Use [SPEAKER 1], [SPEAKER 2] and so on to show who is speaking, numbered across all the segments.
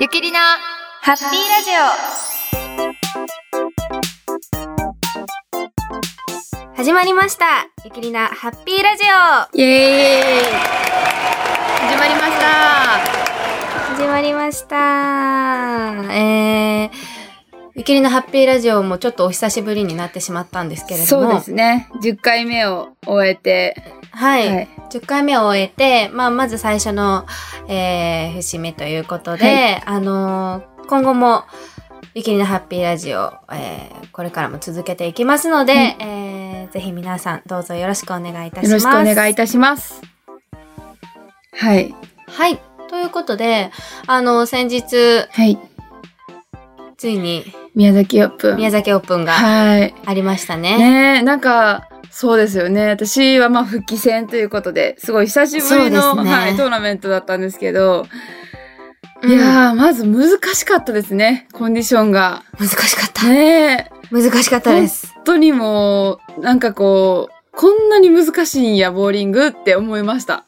[SPEAKER 1] ゆきりなハッピーラジオ始まりましたゆきりなハッピーラジオ
[SPEAKER 2] イエーイ始まりました
[SPEAKER 1] 始まりましたえー、ゆきりなハッピーラジオもちょっとお久しぶりになってしまったんですけれど
[SPEAKER 2] そ
[SPEAKER 1] も
[SPEAKER 2] うですね。10回目を終えて、
[SPEAKER 1] はい、
[SPEAKER 2] はい
[SPEAKER 1] 10回目を終えて、まあ、まず最初の、えー節目ということで、
[SPEAKER 2] は
[SPEAKER 1] あのー今後も「ゆきりのハッピーラジオ、えーこれからも続けていきますので、
[SPEAKER 2] うん
[SPEAKER 1] えーぜひ皆さんどうぞよろしくお願いいたします。
[SPEAKER 2] よろしくお願いいたします。はい。
[SPEAKER 1] はいということで、あのー先日
[SPEAKER 2] はい。
[SPEAKER 1] ついに
[SPEAKER 2] 宮崎オープン。
[SPEAKER 1] 宮崎オープンが
[SPEAKER 2] はい。
[SPEAKER 1] ありましたね。
[SPEAKER 2] ねえ、なんか、そうですよね。私はまあ復帰戦ということで、すごい久しぶり
[SPEAKER 1] そ
[SPEAKER 2] の、
[SPEAKER 1] うですね
[SPEAKER 2] はい、トーナメントだったんですけど、
[SPEAKER 1] うん
[SPEAKER 2] いやー、まず難しかったですね。コンディションが。
[SPEAKER 1] 難しかった、
[SPEAKER 2] ねえ、
[SPEAKER 1] 難しかったです。
[SPEAKER 2] 本当にもう、なんかこう、こんなに難しいんや、ボーリングって思いました。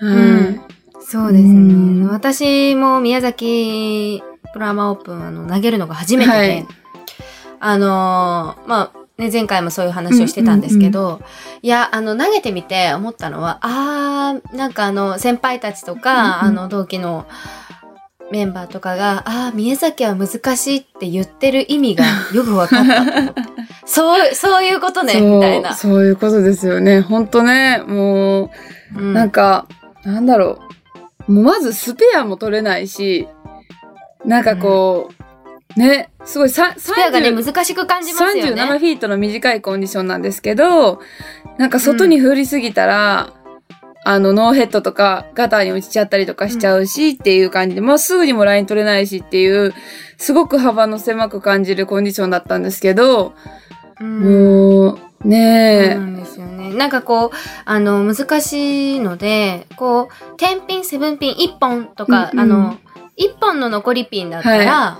[SPEAKER 2] う
[SPEAKER 1] うん
[SPEAKER 2] ん。
[SPEAKER 1] そうです
[SPEAKER 2] うん
[SPEAKER 1] ね。私も宮崎プロアマオープンあの投げるのが初めてで、
[SPEAKER 2] はい
[SPEAKER 1] あのーまあ、ね、前回もそういう話をしてたんですけど、いや、あの、投げてみて思ったのは、あー、なんかあの、先輩たちとか、
[SPEAKER 2] うんうん
[SPEAKER 1] あの、同期のメンバーとかが、あー、宮崎は難しいって言ってる意味がよくわかったと 思って。そう、そういうことね、みたいな。
[SPEAKER 2] そういうことですよね。本当ね、も
[SPEAKER 1] う
[SPEAKER 2] う、
[SPEAKER 1] ん
[SPEAKER 2] なんか、なんだろう。もうまずスペアも取れないし、なんかこう、ね、すごいさ、
[SPEAKER 1] ペアがね、
[SPEAKER 2] 30
[SPEAKER 1] 難しく感じますよ
[SPEAKER 2] 37
[SPEAKER 1] ね。
[SPEAKER 2] フィートの短いコンディションなんですけど、なんか外に振りすぎたら、あの、ノーヘッドとか、ガターに落ちちゃったりとかしちゃうし、っていう感じで、まっすぐにもライン取れないしっていう、すごく幅の狭く感じるコンディションだったんですけど、
[SPEAKER 1] うん
[SPEAKER 2] もう、ねえ、
[SPEAKER 1] そうなんですよね。なんかこう、あの、難しいので、こう、10ピン、7ピン、1本とか、
[SPEAKER 2] うんうん
[SPEAKER 1] あの、1本の残りピンだったら、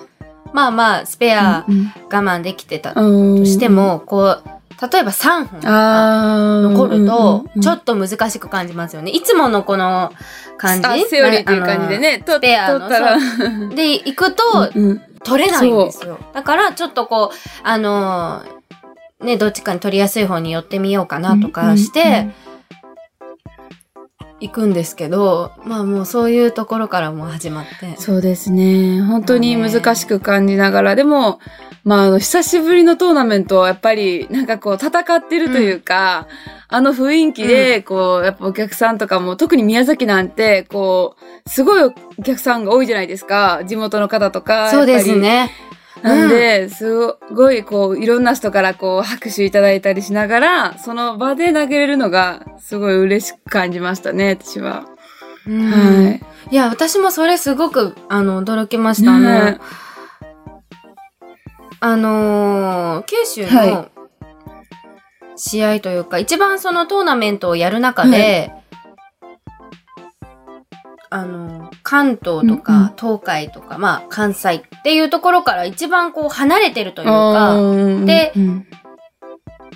[SPEAKER 1] まあまあ、スペア我慢できてたと
[SPEAKER 2] と
[SPEAKER 1] して、も、こう、例えば3本が
[SPEAKER 2] あー
[SPEAKER 1] 残ると、ちょ
[SPEAKER 2] と
[SPEAKER 1] っと難しく感じますよね。いつものこの感じ。
[SPEAKER 2] セオリーという感じでね、と
[SPEAKER 1] スペアの
[SPEAKER 2] 取ったら、
[SPEAKER 1] あの。で、行くと、
[SPEAKER 2] うんうん
[SPEAKER 1] 取れないんですよ。だから、ちょっとこう、あのね、どっちかに取りやすい方に寄ってみようかなとかして、行くんですけど、まあもうそういうところからもう始まって。
[SPEAKER 2] そうですね。本当に難しく感じながら、でも、まあ、あの、久しぶりのトーナメントはやっぱり、なんかこう、戦ってるというか、あの雰囲気で、こう、やっぱお客さんとかも、特に宮崎なんて、こう、すごいお客さんが多いじゃないですか。地元の方とか。
[SPEAKER 1] そうです
[SPEAKER 2] やっぱり。
[SPEAKER 1] ね。
[SPEAKER 2] なんで、すごい、こう、いろんな人からこう、拍手いただいたりしながら、その場で投げれるのが、すごい嬉しく感じましたね、私は。
[SPEAKER 1] うん
[SPEAKER 2] はい。
[SPEAKER 1] いや、私もそれすごく、あの、驚きました。
[SPEAKER 2] ね
[SPEAKER 1] ね、あのー九州
[SPEAKER 2] は
[SPEAKER 1] の試合というか、一番そのトーナメントをやる中で、あのー関東と
[SPEAKER 2] うんうん
[SPEAKER 1] か東海とか、まあ関西っていうところから一番こう離れてるというか、
[SPEAKER 2] うん
[SPEAKER 1] で
[SPEAKER 2] うん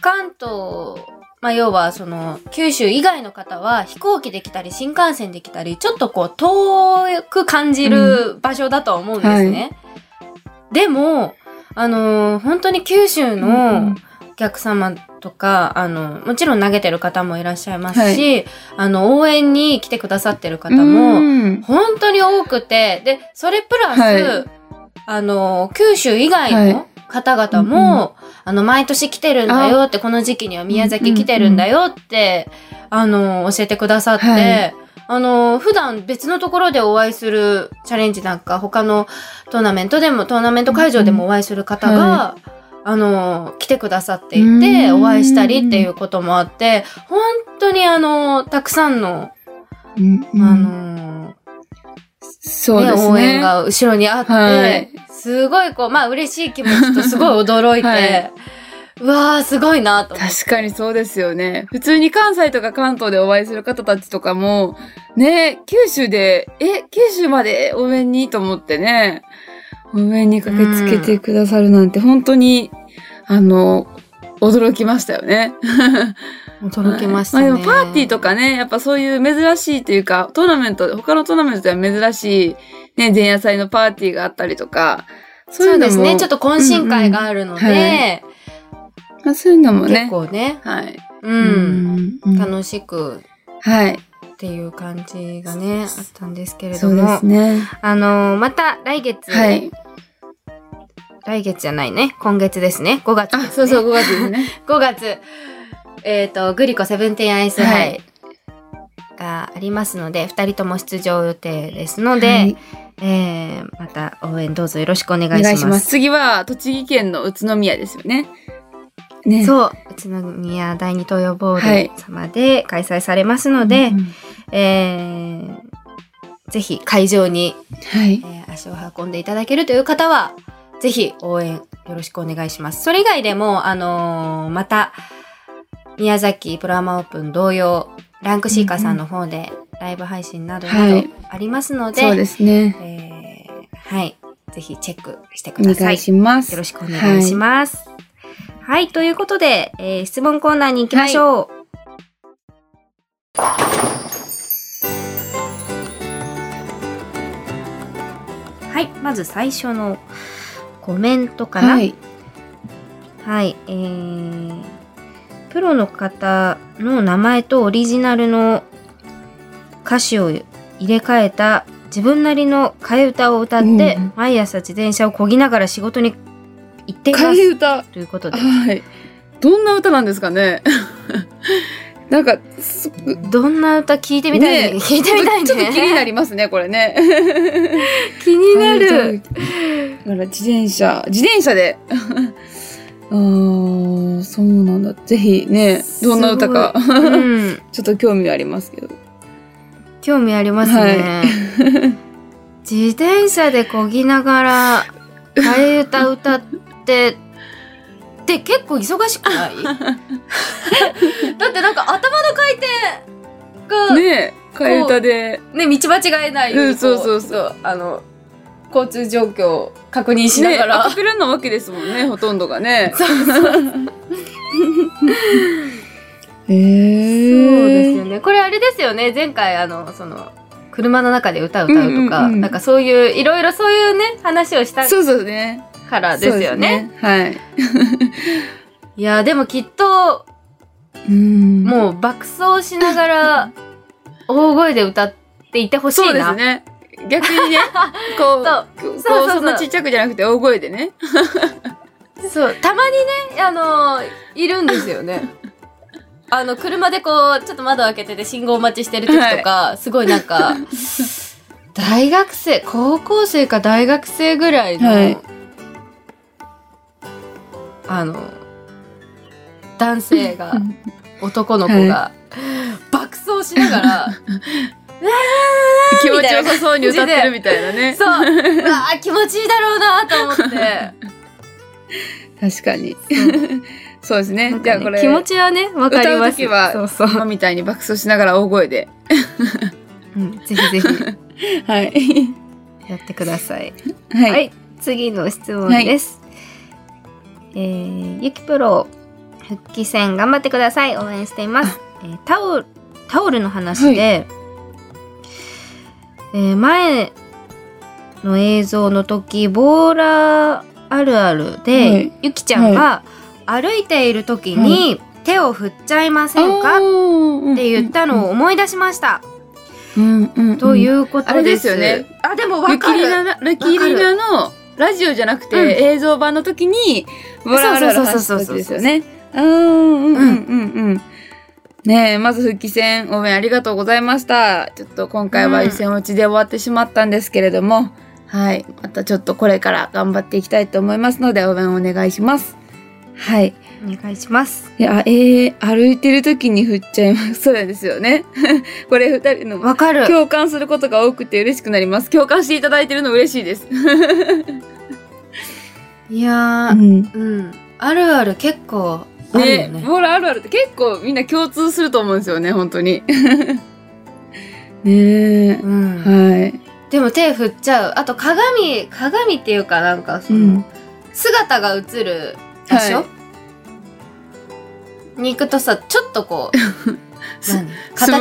[SPEAKER 1] 関東、まあ、要はその九州以外の方は飛行機で来たり新幹線で来たりちょっとこう遠く感じる場所だと思うんですね。でもあのー本当に九州
[SPEAKER 2] うんう
[SPEAKER 1] の
[SPEAKER 2] ん
[SPEAKER 1] お客様とか、あのもちろん投げてる方もいらっしゃいますし、あの応援に来てくださってる方も
[SPEAKER 2] うん
[SPEAKER 1] 本当に多くてでそれプラス、
[SPEAKER 2] はい
[SPEAKER 1] あの九州以外
[SPEAKER 2] は
[SPEAKER 1] の方々も、あの毎年来てるんだよってこの時期には宮崎来てるんだよって、あの教えてくださって、
[SPEAKER 2] はい
[SPEAKER 1] あの普段別のところでお会いするチャレンジなんか他のトーナメントでもトーナメント会場でもお会いする方が、あの来てくださっていて、
[SPEAKER 2] うん
[SPEAKER 1] お会いしたりっていうこともあって本当にあのたくさんの、
[SPEAKER 2] うんうん
[SPEAKER 1] あの
[SPEAKER 2] そう
[SPEAKER 1] ね
[SPEAKER 2] ですね。
[SPEAKER 1] 応援が後ろにあって、
[SPEAKER 2] はい
[SPEAKER 1] すごいこう、まあ嬉しい気持ちとすごい驚いて、
[SPEAKER 2] はいう
[SPEAKER 1] わーすごいなと思って。
[SPEAKER 2] 確かにそうですよね。普通に関西とか関東でお会いする方たちとかも、ね、九州で、え、九州まで応援にと思ってね、応援に駆けつけてくださるなんて本当に、あの、驚きましたよね。
[SPEAKER 1] 驚きましたね。
[SPEAKER 2] はいまあ、でもパーティーとかね、やっぱそういう珍しいというか、トーナメント、他のトーナメントでは珍しいね、前夜祭のパーティーがあったりとか、そ
[SPEAKER 1] そう
[SPEAKER 2] いう
[SPEAKER 1] うで
[SPEAKER 2] のも、
[SPEAKER 1] すね。ちょっと懇親会があるので、
[SPEAKER 2] うんうんまあそういうのも
[SPEAKER 1] 結
[SPEAKER 2] ね、
[SPEAKER 1] 構ね、
[SPEAKER 2] はい。
[SPEAKER 1] うん、
[SPEAKER 2] うん
[SPEAKER 1] 楽しく
[SPEAKER 2] はい。
[SPEAKER 1] っていう感じがね、あったんですけれ
[SPEAKER 2] そ
[SPEAKER 1] ど
[SPEAKER 2] うで
[SPEAKER 1] も
[SPEAKER 2] す、ね。
[SPEAKER 1] あのーまた来月、
[SPEAKER 2] はい。
[SPEAKER 1] 来月じゃないね、今月ですね、5月ですね、
[SPEAKER 2] あ、そうそう、5月ですね。
[SPEAKER 1] 5月、えっ、と、グリコセブンティーンアイス
[SPEAKER 2] は
[SPEAKER 1] ハイ
[SPEAKER 2] い
[SPEAKER 1] がありますので、二人とも出場予定ですので、
[SPEAKER 2] はい
[SPEAKER 1] えーまた応援どうぞよろしくお願い
[SPEAKER 2] お
[SPEAKER 1] します。
[SPEAKER 2] 願いします。次は、栃木県の宇都宮ですよね。ね。う
[SPEAKER 1] そう、宇都宮第二東洋ボール様で開催されますので、
[SPEAKER 2] ん
[SPEAKER 1] えーぜひ会場に、
[SPEAKER 2] はい
[SPEAKER 1] え。ー足を運んでいただけるという方は、ぜひ応援よろしくお願いします。それ以外でも、あのーまた、宮崎プロアマオープン同様、ランクシーカーさんの方でライブ配信など
[SPEAKER 2] は
[SPEAKER 1] など
[SPEAKER 2] い
[SPEAKER 1] ありますので、
[SPEAKER 2] そうですね。
[SPEAKER 1] えーはい、ぜひチェックしてく
[SPEAKER 2] お
[SPEAKER 1] ださ
[SPEAKER 2] 願
[SPEAKER 1] い
[SPEAKER 2] い。します。
[SPEAKER 1] よろしくお願いします。はい、ということで、えー質問コーナーに行きましょう。はい、まず最初のコメントから。
[SPEAKER 2] は
[SPEAKER 1] はい、
[SPEAKER 2] い。
[SPEAKER 1] えープロの方の名前とオリジナルの歌詞を入れ替えた自分なりの替え歌を歌って、
[SPEAKER 2] うん
[SPEAKER 1] 毎朝自転車をこぎながら仕事に行っています
[SPEAKER 2] 替え歌。
[SPEAKER 1] ということで
[SPEAKER 2] はい。どんな歌なんですかね なんか、 すっごい
[SPEAKER 1] どんな歌聞いてみたいね
[SPEAKER 2] ね
[SPEAKER 1] 聞いてみたいね
[SPEAKER 2] ちょっとちょっと気になりますね、これね。
[SPEAKER 1] 気にな
[SPEAKER 2] はい
[SPEAKER 1] る
[SPEAKER 2] だから自転車、自転車で。 あーそうなんだ。ぜひね、どんな歌か、
[SPEAKER 1] すごいうん
[SPEAKER 2] ちょっと興味ありますけど。
[SPEAKER 1] 興味ありますね、 自転車でこぎながら替え歌歌ってで結構忙しくない だってなんか頭の回転がね
[SPEAKER 2] ね替え歌で。
[SPEAKER 1] 道間違えないようにこ
[SPEAKER 2] うんそうそうそう
[SPEAKER 1] ちょっとあの交通状況を確認しなが
[SPEAKER 2] ね
[SPEAKER 1] ら、
[SPEAKER 2] アカペラなわけですもんね、ほとんどが ね。そう
[SPEAKER 1] そうです
[SPEAKER 2] えー
[SPEAKER 1] よ。ね。これあれですよね。前回あのその車の中で歌を歌うとか、
[SPEAKER 2] うんうんうん
[SPEAKER 1] なんかそういういろいろそういうね話をした
[SPEAKER 2] そうそうね。
[SPEAKER 1] からですよね。
[SPEAKER 2] そうですね。
[SPEAKER 1] いやでもきっと
[SPEAKER 2] はい。うんう、
[SPEAKER 1] もう爆走しながら大声で歌っていてほしいな。
[SPEAKER 2] そうですね。逆にね、こ う、
[SPEAKER 1] そう
[SPEAKER 2] こ
[SPEAKER 1] そう
[SPEAKER 2] う
[SPEAKER 1] そうそう
[SPEAKER 2] そんなちっちゃくじゃなくて大声でね。
[SPEAKER 1] そうたまにねあのいるんですよ ね。あの車でこうちょっと窓開けてて信号待ちしてる時とか、すごいなんか大学生高校生か大学生ぐらいの、
[SPEAKER 2] はい
[SPEAKER 1] あの男性 が男の子が、爆走しなが ら
[SPEAKER 2] 気持ちよさそうに歌ってるみたいなね。
[SPEAKER 1] そううわあ気持ちいいだろうなと思って。
[SPEAKER 2] 確かに。そうです
[SPEAKER 1] な
[SPEAKER 2] ね
[SPEAKER 1] ん。
[SPEAKER 2] じ
[SPEAKER 1] か
[SPEAKER 2] ゃあ
[SPEAKER 1] ね
[SPEAKER 2] これ、
[SPEAKER 1] 気持ちはねわかります
[SPEAKER 2] 歌う時は
[SPEAKER 1] そうそう
[SPEAKER 2] 今みたいに爆走しながら大声で。
[SPEAKER 1] うん、ぜひぜひ
[SPEAKER 2] はい。
[SPEAKER 1] やってください。
[SPEAKER 2] はい。
[SPEAKER 1] はい、次の質問です。えーゆきプロ復帰戦頑張ってください。応援しています。えータオルタオルの話で、えー前の映像の時ボーラーあるあるで、
[SPEAKER 2] はい
[SPEAKER 1] ゆきちゃんが歩いている時に、手を振っちゃいませんかっ
[SPEAKER 2] って
[SPEAKER 1] 言ったのを思い出しました。
[SPEAKER 2] うんうんうん
[SPEAKER 1] ということです。
[SPEAKER 2] あれですよね。
[SPEAKER 1] あでも
[SPEAKER 2] ル
[SPEAKER 1] わ
[SPEAKER 2] キ
[SPEAKER 1] か
[SPEAKER 2] リ
[SPEAKER 1] る。
[SPEAKER 2] ナルキリナのラジオじゃなくて、
[SPEAKER 1] うん
[SPEAKER 2] 映像版の時にボラボラの話した時ですよね。うんうんうんうんうん。ねえまず復帰戦応援ありがとうございました。ちょっと今回は
[SPEAKER 1] うん
[SPEAKER 2] 予選落ちで終わってしまったんですけれども、はいまたちょっとこれから頑張っていきたいと思いますので応援お願いします。はい。
[SPEAKER 1] お願いします。
[SPEAKER 2] いやえー、歩いてる時に振っちゃいます。 そうなんですよね。これ二人の
[SPEAKER 1] わかる。
[SPEAKER 2] 共感することが多くて嬉しくなります。共感していただいてるの嬉しいです。
[SPEAKER 1] いやー、
[SPEAKER 2] ん、
[SPEAKER 1] うん。あるある結構あるよ
[SPEAKER 2] ね、
[SPEAKER 1] ね。
[SPEAKER 2] ボーラあるあるって結構みんな共通すると思うんですよ ね、本当に。ねえ、
[SPEAKER 1] うん。
[SPEAKER 2] はい。
[SPEAKER 1] でも手振っちゃう。あと鏡、鏡っていうかなんかそうの、
[SPEAKER 2] ん、
[SPEAKER 1] 姿が映る場所、
[SPEAKER 2] は
[SPEAKER 1] に行くとさ、ちょっとこう、
[SPEAKER 2] 素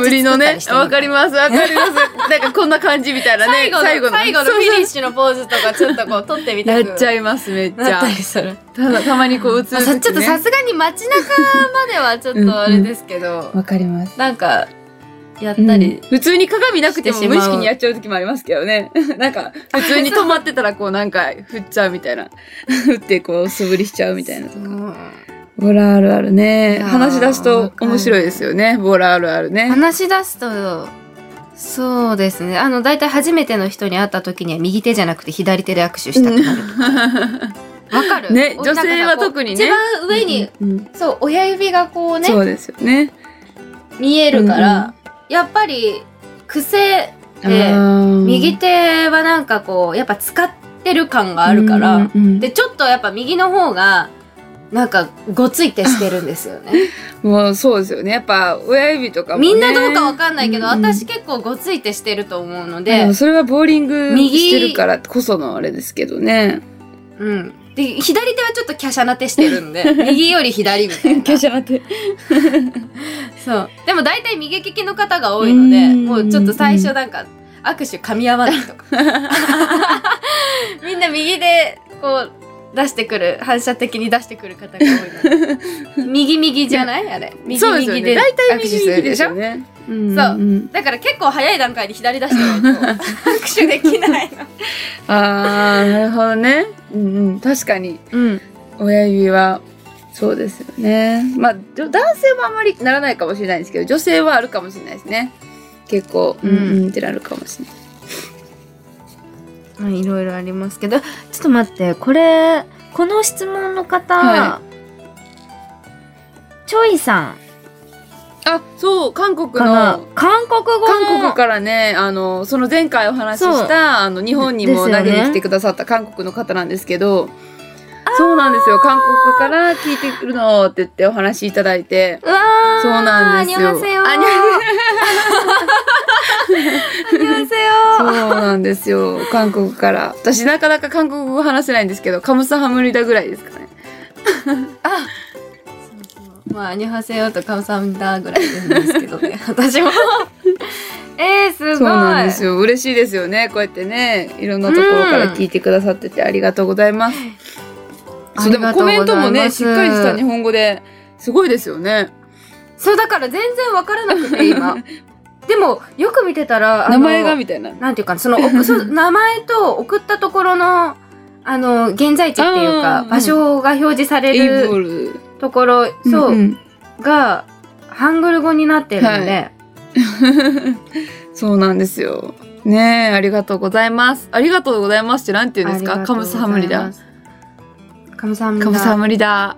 [SPEAKER 2] 振りのねわかり
[SPEAKER 1] ま
[SPEAKER 2] ますわかります なんかこんな感じみたいなね
[SPEAKER 1] 最後の最後の
[SPEAKER 2] そう
[SPEAKER 1] フィ
[SPEAKER 2] そう
[SPEAKER 1] ニッシュのポーズとかちょっとこ う撮ってみた
[SPEAKER 2] や
[SPEAKER 1] く
[SPEAKER 2] っちゃいますめっち
[SPEAKER 1] なっ
[SPEAKER 2] ゃ
[SPEAKER 1] たりする、
[SPEAKER 2] ただたまにこう映る
[SPEAKER 1] まあさちょっとさ
[SPEAKER 2] す
[SPEAKER 1] すがに街中まではちょっとあれですけど
[SPEAKER 2] わかります
[SPEAKER 1] なんかやったり、
[SPEAKER 2] 普通に鏡なくても
[SPEAKER 1] してし
[SPEAKER 2] 無
[SPEAKER 1] まう
[SPEAKER 2] 意識にやっちゃう時もありますけどね なんか普通に止まってたらこうなんか振っちゃうみたいな 振ってこう素振りしちゃうみたいなとかボラあるあるね
[SPEAKER 1] いやー
[SPEAKER 2] 話し出すと面白いですよねボラあるあるね
[SPEAKER 1] 話し出すとそうですねあの大体初めての人に会った時には右手じゃなくて左手で握手したくなるとかわかる
[SPEAKER 2] ね
[SPEAKER 1] おなんかさ
[SPEAKER 2] 女性は特にね
[SPEAKER 1] こう一番上に、
[SPEAKER 2] うんうん
[SPEAKER 1] そう親指がこうね
[SPEAKER 2] そうですよね
[SPEAKER 1] 見えるから、
[SPEAKER 2] うんうん
[SPEAKER 1] やっぱり癖
[SPEAKER 2] あ
[SPEAKER 1] で
[SPEAKER 2] ー
[SPEAKER 1] 右手はなんかこうやっぱ使ってる感があるから、
[SPEAKER 2] うんうんうん
[SPEAKER 1] でちょっとやっぱ右の方がなんかごついてしてるんですよ ね
[SPEAKER 2] もうそうですよねやっぱ親指とかも、ね、
[SPEAKER 1] みんなどうかわかんないけど、
[SPEAKER 2] うんうん
[SPEAKER 1] 私結構ごついてしてると思うの
[SPEAKER 2] で
[SPEAKER 1] で
[SPEAKER 2] も、それはボーリング
[SPEAKER 1] 右
[SPEAKER 2] してるからこそのあれですけどね
[SPEAKER 1] うん、で左手はちょっと華奢な手してるん で右より左みたいな
[SPEAKER 2] 華奢な手
[SPEAKER 1] そうでも大体右利きの方が多いので
[SPEAKER 2] うん
[SPEAKER 1] もうちょっと最初なんか握手噛み合わないと かみんな右でこう出してくる反射的に出してくる方が多い ので右右じゃないあれ右
[SPEAKER 2] そうですよ
[SPEAKER 1] 右で
[SPEAKER 2] ね大体
[SPEAKER 1] 握手
[SPEAKER 2] 右
[SPEAKER 1] する
[SPEAKER 2] 右
[SPEAKER 1] で
[SPEAKER 2] で
[SPEAKER 1] し
[SPEAKER 2] し
[SPEAKER 1] ょ
[SPEAKER 2] ょねそ
[SPEAKER 1] そう
[SPEAKER 2] う
[SPEAKER 1] んだから結構早い段階で左出してないと握手できないの。
[SPEAKER 2] あーなるほどねうんうん確かに
[SPEAKER 1] うん、
[SPEAKER 2] 親指はそうですよねまあじょ男性もあまりならないかもしれないですけど女性はあるかもしれないですね結構う
[SPEAKER 1] うんん
[SPEAKER 2] うんってなるかもしれない
[SPEAKER 1] まあいろいろありますけどちょっと待ってこれこの質問の方、
[SPEAKER 2] は
[SPEAKER 1] チョイさん
[SPEAKER 2] あそう韓国
[SPEAKER 1] かな
[SPEAKER 2] の
[SPEAKER 1] 韓国語の
[SPEAKER 2] 韓国からねあのその前回お話し
[SPEAKER 1] そう
[SPEAKER 2] したあの日本にも
[SPEAKER 1] ですよ
[SPEAKER 2] 投
[SPEAKER 1] ね
[SPEAKER 2] げに来てくださった韓国の方なんですけど、そうなんですよ韓国から聞いてくるのって言ってお話しいただいて
[SPEAKER 1] うわー
[SPEAKER 2] そうなんですよ
[SPEAKER 1] アニョハセヨ
[SPEAKER 2] あにょ
[SPEAKER 1] アニョハセ
[SPEAKER 2] そう
[SPEAKER 1] ヨ
[SPEAKER 2] なんですよ韓国から私なかなか韓国語話せないんですけどカムサハムリダぐらいですかね
[SPEAKER 1] まあアニョハセヨとカムサハムニダぐらいなんですけどね 私もえー、すごい
[SPEAKER 2] そうなんですよ嬉しいですよねこうやってねいろんなところから聞いてくださっててありがとうございます、
[SPEAKER 1] あ
[SPEAKER 2] そうで
[SPEAKER 1] りが
[SPEAKER 2] もコ
[SPEAKER 1] とうござ
[SPEAKER 2] メ
[SPEAKER 1] い
[SPEAKER 2] ン
[SPEAKER 1] ます
[SPEAKER 2] トもねしっかりした日本語ですごいですよね
[SPEAKER 1] そうだから全然わからなくて今でもよく見てたらあ
[SPEAKER 2] 名
[SPEAKER 1] の
[SPEAKER 2] 前がみたいな
[SPEAKER 1] なんていうかなそ のおそう名前と送ったところのあの現在地っていう
[SPEAKER 2] う
[SPEAKER 1] か
[SPEAKER 2] ん
[SPEAKER 1] 場所が表示され
[SPEAKER 2] エイボー
[SPEAKER 1] る
[SPEAKER 2] ル
[SPEAKER 1] ところそう、
[SPEAKER 2] んん
[SPEAKER 1] がハングル語になってるので、
[SPEAKER 2] そうなんですよねえありがとうございますありがとうございますってなんて言うんです
[SPEAKER 1] あ
[SPEAKER 2] か
[SPEAKER 1] りが
[SPEAKER 2] カ
[SPEAKER 1] とうご
[SPEAKER 2] ム
[SPEAKER 1] ざい
[SPEAKER 2] サハムリダ
[SPEAKER 1] ます。カムサハムリ
[SPEAKER 2] カム
[SPEAKER 1] ダ。
[SPEAKER 2] サハム リダは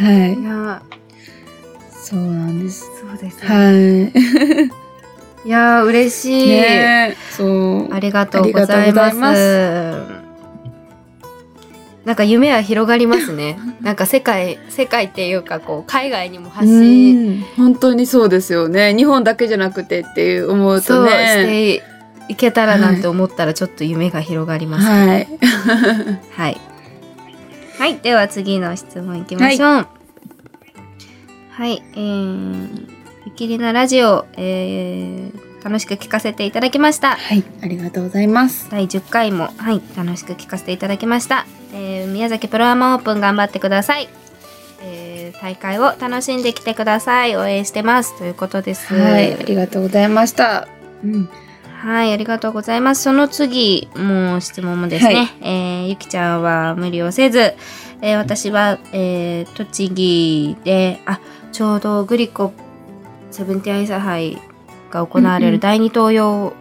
[SPEAKER 2] い
[SPEAKER 1] いや
[SPEAKER 2] そうなんです
[SPEAKER 1] ーそうです、ね
[SPEAKER 2] はい
[SPEAKER 1] いやー嬉しい、
[SPEAKER 2] ねえそう
[SPEAKER 1] ありがとうございま
[SPEAKER 2] ありがとうござい
[SPEAKER 1] す。
[SPEAKER 2] ま
[SPEAKER 1] なんか夢は広がります ね。なんか世界世界っていうかこう海外にも発信、
[SPEAKER 2] うん本当にそうですよね日本だけじゃなくてっていう思う
[SPEAKER 1] そ
[SPEAKER 2] と
[SPEAKER 1] う
[SPEAKER 2] ね
[SPEAKER 1] していけたらなんて思ったらちょっと夢が広がります。はい。
[SPEAKER 2] はい
[SPEAKER 1] はい、では次の質問いきましょう。はい、えー、ゆきりなラジオ、えー、楽しく聞かせていただきました。
[SPEAKER 2] はいありがとうございます
[SPEAKER 1] 第10回も、はい、楽しく聞かせていただきました。えー宮崎プロアマオープン頑張ってください。えー大会を楽しんできてください。応援してます。ということです。
[SPEAKER 2] はいありがとうございましたうん
[SPEAKER 1] はい、ありがとうございます。その次、もう質問もですね、
[SPEAKER 2] はい
[SPEAKER 1] えーゆきちゃんは無理をせず、えー私は、えー栃木で、あ、ちょうどグリコセブンティアイサ杯が行われ
[SPEAKER 2] うんうん
[SPEAKER 1] る第二東洋、